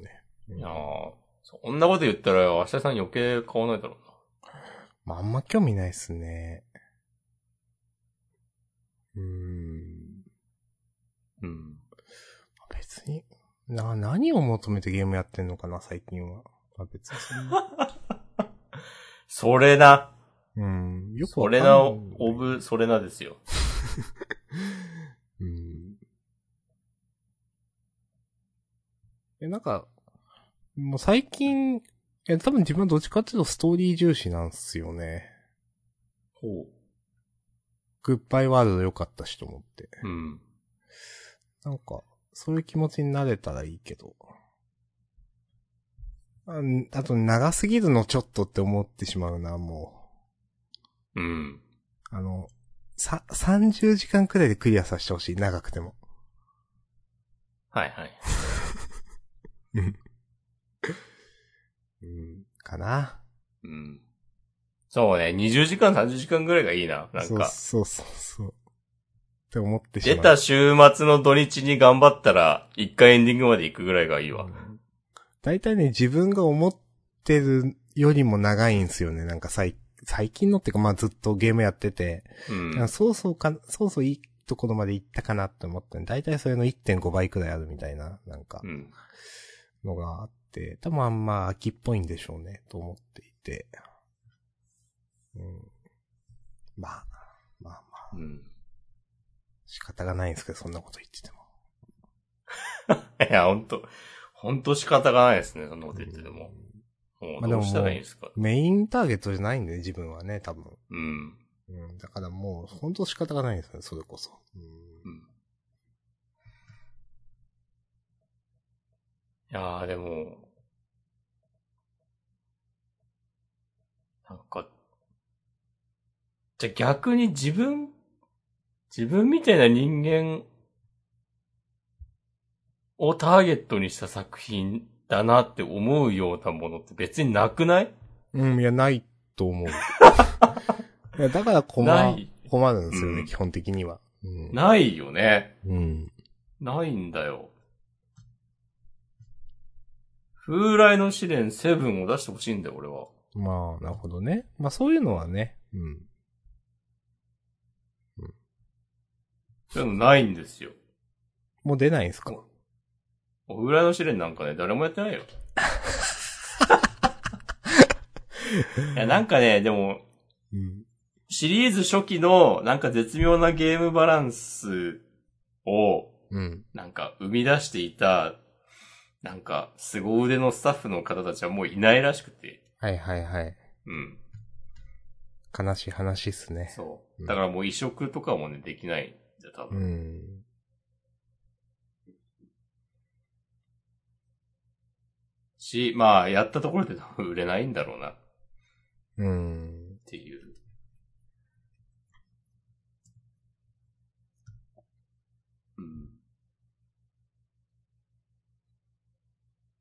うん
いやーそんなこと言ったら、明日さん余計買わないだろ
まああんま興味ないっすね。うーん。
うな。うん。
別に、な、何を求めてゲームやってんのかな、最近は。まあ別にそんな。
それな。
うん。よく
そ
わかん
れ
ない
な、オブ、それなですよ。
うん。え、なんか、もう最近、え、多分自分はどっちかっていうとストーリー重視なんすよね。
ほ
グッバイワールド良かったしと思って。
う。うん。
なんか、そういう気持ちになれたらいいけど。あんあと、長すぎるのちょっとって思ってしまうな、も
うん。
う。あの、さ、30時間くらいでクリアさせてほしい、長くても。
はいはい。
うん。かな。
うん。そうね、20時間、30時間ぐらいがいいな。なんか、
そうそうそうそう。って思ってしま
出
う。
た週末の土日に頑張ったら、一回エンディングまで行くぐらいがいいわ。
大体ね、自分が思ってるよりも長いんすよね。なんか最、最近のっていうか、まあずっとゲームやってて、
うん。
あそうそうか、そうそういいところまで行ったかなって思ったんで、大体それの1.5倍くらいあるみたいな、なんか
う、ん。
のがあって、多分あんま秋っぽいんでしょうね、と思っていて。うん。まあ、まあまあ、
うん。
仕方がないんですけど、そんなこと言ってても。
いや、ほんと、ほんと仕方がないですね、そんなこと言ってても。
まあ
もう
で
ど
も
うしたらいいんですか。
メインターゲットじゃないんで、自分はね、多分。
うん。
うん、だからもう、本当仕方がないですね、それこそ。うん
うんいやー、でも、なんか、じゃあ逆に自分、自分みたいな人間をターゲットにした作品だなって思うようなものって別になくない
うん、いや、ないと 思う。いやだから困
な
る
い、
困るんですよね、
うん
基本的には。うん。
ないよね。
うん。
ないんだよ。風来の試練セブンを出してほしいんだよ、俺は。
まあ、なるほどね。まあ、そういうのはね、うん。
そういうのないんですよ。
もう出ないんすか
風来の試練なんかね、誰もやってないよ。いや、なんかね、でも、
うん。
シリーズ初期の、なんか絶妙なゲームバランスを、
うん。
なんか生み出していた、なんか、凄腕のスタッフの方たちはもういないらしくて。
はいはいはい。
うん。
悲しい話っすね。
そう。だからもう移植とかもね、できないんだよ、多
う
分。
ん。
し、まあ、やったところで多分売 れないんだろうな、っ
うん。
ていう。うん。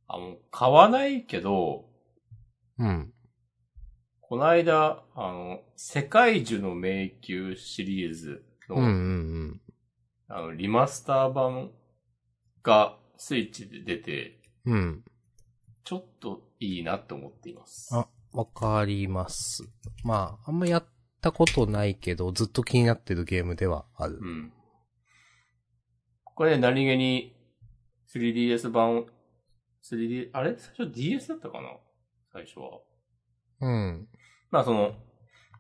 あ、もう、買わないけど、
うん。
この間、あの、世界樹の迷宮シリーズの、
うんうんうん。
あの、リマスター版がスイッチで出て、
うん。
ちょっといいなって思っています。
あ、わかります。まあ、あんまやったことないけど、ずっと気になってるゲームではある。
うん。これ何気に 3DS 版、3D、あれ最初 DS だったかな最初は。
うん。
まあその、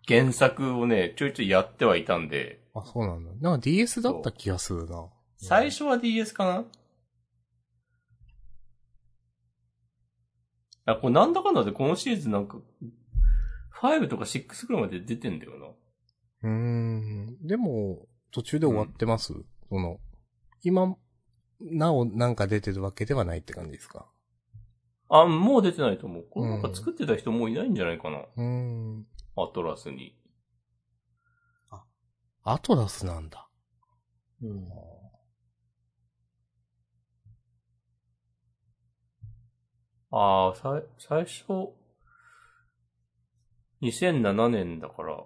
原作をね、ちょいちょいやってはいたんで、
あ、そうなんだ。なんか DS だった気がするな。
最初は DS かなあ、これなんだかんだでこのシリーズなんか、5とか6くらいまで出てんだよ
うー
な。
ん。でも、途中で終わってます、その、今、なおなんか出てるわけではないって感じですか
あ、もう出てないと思う。これなんか作ってた人もういないんじゃないかな。
うーん。
アトラスに。
アトラスなんだ。
うん。ああ、さい、最初、2007年だから、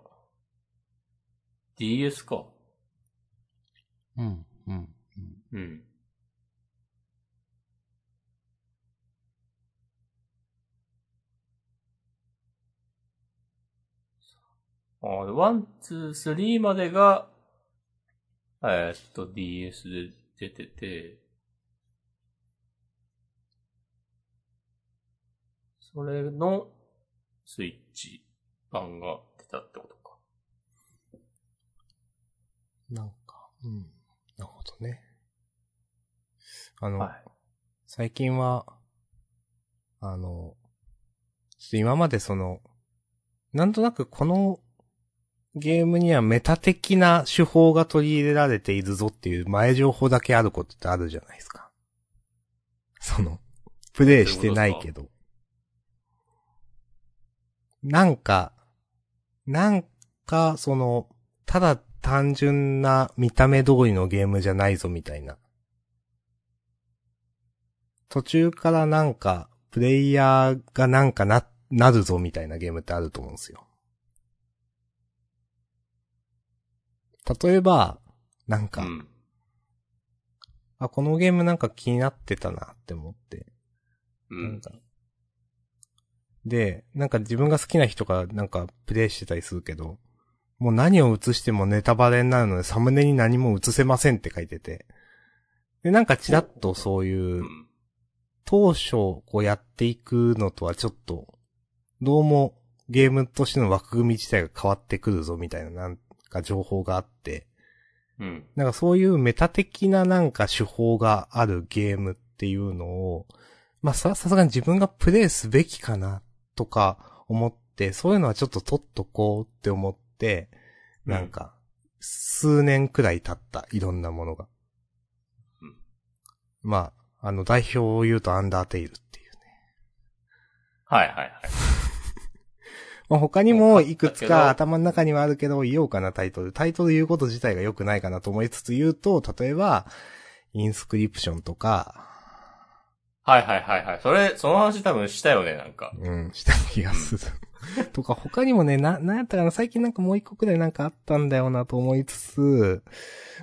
DS か。
うん。
あーワン、ツー、スリーまでが、えーっと、DS で出てて、それのスイッチ版が出たってことか。
なんか、うん。なるほどね。あの、
はい。
最近は、あの、ちょっと今までその、なんとなくこのゲームにはメタ的な手法が取り入れられているぞっていう前情報だけあることってあるじゃないですか。その、プレイしてないけど。なんか、なんか、その、ただ単純な見た目通りのゲームじゃないぞみたいな。途中からなんか、プレイヤーがなんかな、なるぞみたいなゲームってあると思うんですよ。例えば、なん
う
か、
ん。
あ、このゲームなんか気になってたなって思って、
う
なん
ん。
か。で、なんか自分が好きな人がなんかプレイしてたりするけど、もう何を映してもネタバレになるのでサムネに何も映せませんって書いてて。で、なんかちらっとそう
う。
いうん当初こうやっていくのとはちょっと、どうもゲームとしての枠組み自体が変わってくるぞみたいななんか情報があって、
うん。
なんかそういうメタ的ななんか手法があるゲームっていうのを、まあさ、さすがに自分がプレイすべきかなとか思って、そういうのはちょっと取っとこうって思って、なんか、数年くらい経った、いろんなものが
うん。
まあ、あの、代表を言うとアンダーテイルっていうね。
はいはいはい。
まあ、他にもいくつ
そう
か
だけど
頭の中にはあるけど、言おうかなタイトル。タイトル言うこと自体が良くないかなと思いつつ言うと、例えば、インスクリプションとか、
はいはいはいはい。それ、その話多分したよね、なんか。
うん、した気がする。とか、他にもね、な、なんやったかな、最近なんかもう一個くらいなんかあったんだよなと思いつつ、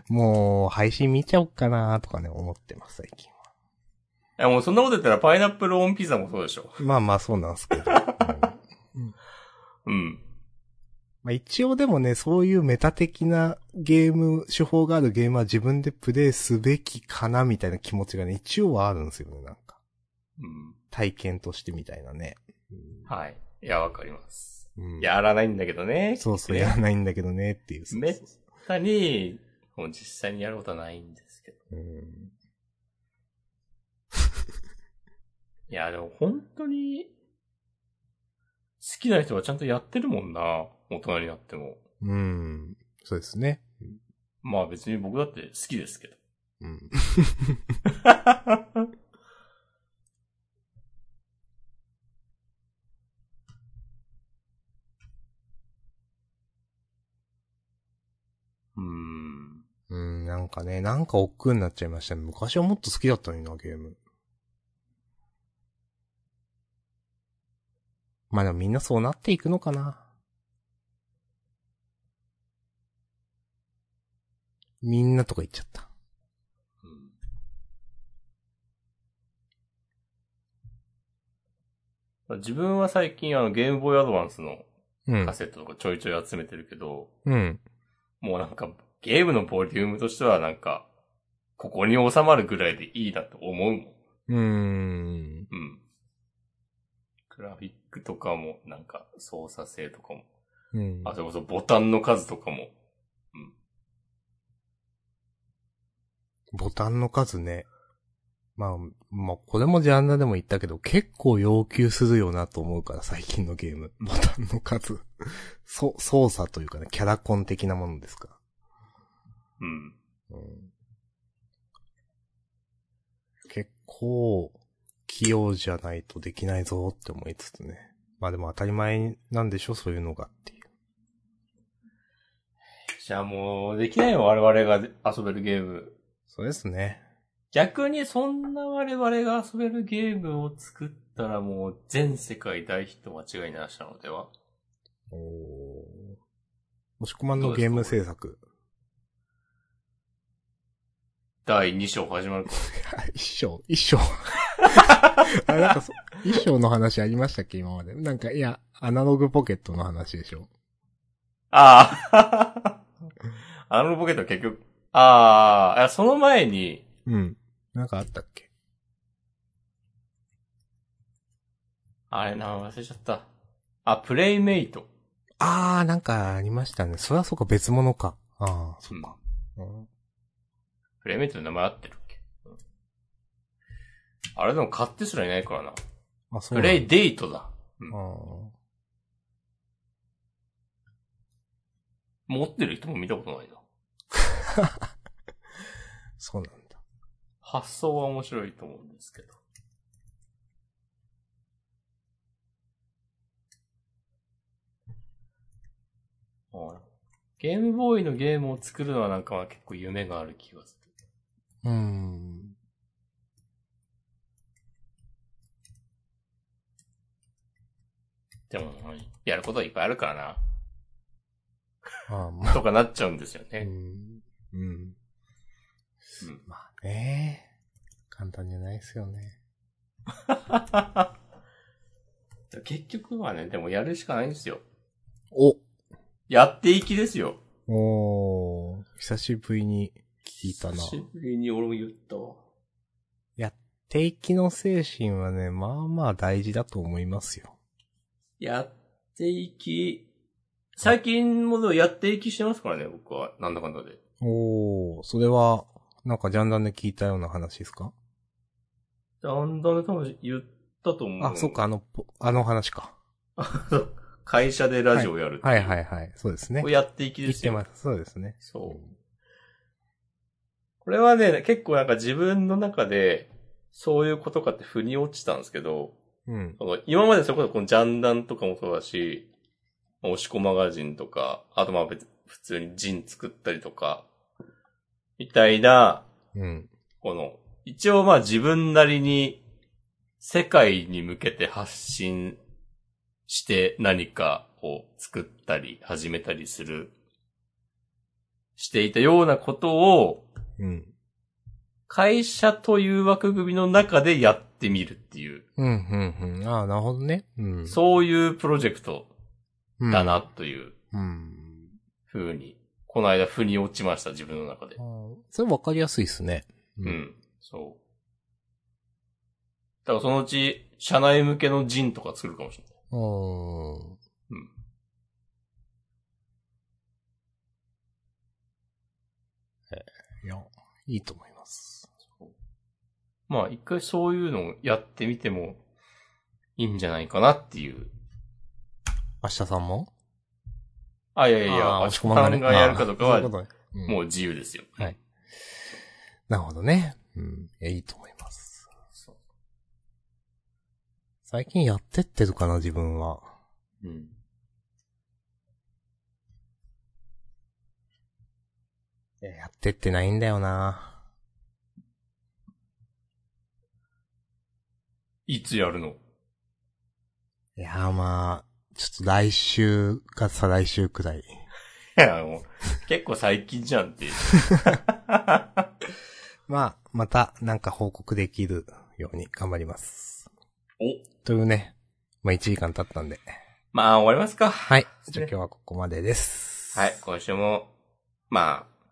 もう、配信見ちゃおっかなとかね、思ってます、最近。
いやもうそんなこと言ったらパイナップルオンピザもそうでしょ。
まあまあ、そうなんですけ ど。うん
うん。
まあ一応でもね、そういうメタ的なゲーム、手法があるゲームは自分でプレイすべきかなみたいな気持ちがね、一応はあるんですよね、なんか。
うん。
体験としてみたいなね。
はい。いや、わかります。
うん
やらないんだけどね。
そうそう、
ね
やらないんだけどね、っていう。
めったに、もう実際にやることはないんですけど。
うん
いや、でも本当に、好きな人はちゃんとやってるもんな。大人になっても。
うん。そうですね。
まあ別に僕だって好きですけど。
うん。
うん。
うん、なんかね、なんか億劫になっちゃいましたね。昔はもっと好きだったのにな、ゲーム。まあでもみんなそうなっていくのかな。みんなとか言っちゃった。
うん自分は最近あのゲームボーイアドバンスの
うん
カ。セットとかちょいちょい集めてるけど、
うん。
もうなんかゲームのボリュームとしてはなんか、ここに収まるぐらいでいいなと思うもん。
うーん。
うん。グラフィックとかも、なんか操作性とかも、
うん。
あ、それこそボタンの数とかも、
ボタンの数ね。まあ、まあ、これもジャンルでも言ったけど、結構要求するよなと思うから、最近のゲーム。ボタンの数。 そ、操作というかね、キャラコン的なものですか。
うん。
うん、結構、器用じゃないとできないぞって思いつつね。まあでも当たり前なんでしょ、そういうのがっていう。
じゃあもう、できないよ、我々が遊べるゲーム。
そうですね。
逆にそんな我々が遊べるゲームを作ったらもう全世界大ヒット間違いなしなのでは
おー。押し込まんのゲーム制作。
第2章始まるか。
一生、一生。 あれなんかそ、一生の話ありましたっけ今まで。なんか、いや、アナログポケットの話でしょ。
あ あ。あのポケットは結局、ああ、いやその前に、
うん。なんかあったっけ
あれ、な忘れちゃった。あ、プレイメイト。
あー、なんかありましたね。そりゃそうか、別物か。あー、そっか。うん
プレイメイトの名前合ってるっけうんあれでも買ってすらいないからな。
あ、そうな
プ
んだ
レイデートだ。
あ
持ってる人も見たことないな。
ーそうなんだ。
発想は面白いと思うんですけど。はいゲームボーイのゲームを作るのはなんかまあ結構夢がある気がす
う
る。
ーん。
でも、やることはいっぱいあるから
あーま
な。とかなっちゃうんですよ
う
ね。
ん。うん。
うん
まあね。簡単じゃないですよね。
結局はね、でもやるしかないんですよ。
お
やっていきですよ。
おー、久しぶりに聞いたな
久。しぶりに俺も言ったわ。
定期の精神はね、まあまあ大事だと思いますよ。
やっていき、最近もでもやっていきしてますからね、僕は。なんだかんだで。
おー、それは、なんかジャンダンで聞いたような話ですか
だんだんね多分言ったと思う。
あ、そっか、。あの、ぽあの話か。
会社でラジオやるってう
はいはいはい。そうですね
こ。れやっていきで
言っ
す
て
よ。
ます。そうですね。
そう。これはね、結構なんか自分の中で、そういうことかって腑に落ちたんですけど、
うん。
その今までそれこそこのジャンダンとかもそうだし、まあ押し子マガジンとか、あとまあ別、普通にジン作ったりとか、みたいな、
うん。
この、一応まあ自分なりに世界に向けて発信して何かを作ったり始めたりする、していたようなことを
うん。
会社という枠組みの中でやってみるっていう、
うん、うん、うん。ああ、なるほどね。うん。
そういうプロジェクト
うん
だ。なという
うん。
ふうに、この間腑に落ちました、自分の中で
あ。ーそれわかりやすいですね。う
う。ん、そう。だからそのうち、社内向けのジンとか作るかもしれない。
うーん。いや、いいと思います。
まあ、一回そういうのをやってみてもいいんじゃないかなっていう。
明日さんも
あ、いやい
い
やいや、足さんがやるかとかは、も
も
う自由ですよ。
はいなるほどね。うん。いや、いいと思います。
そ
最近やってってるかな、自分は。
う。うん。
いや、やってってないんだよな。
いつやるの
いや、まあ、ちょっと来週か再来週くらい。
いや、もう、結構最近じゃん っていう。
まあ、また、なんか報告できるように頑張ります。
お
というね。まあ、1時間経ったんで。
まあ、終わりますか。
は。
はい
じゃあ今日はここまでです。
はい、今週も、まあ、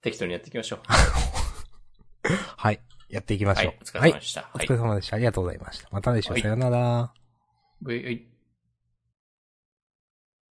適当にやっていきましょう。
はい。やっていきま
は
し
い
ょう。、
お疲れ様でした。
お疲れ様でした。ありがとうございました。また来週、
はい
さよなら。
はいはい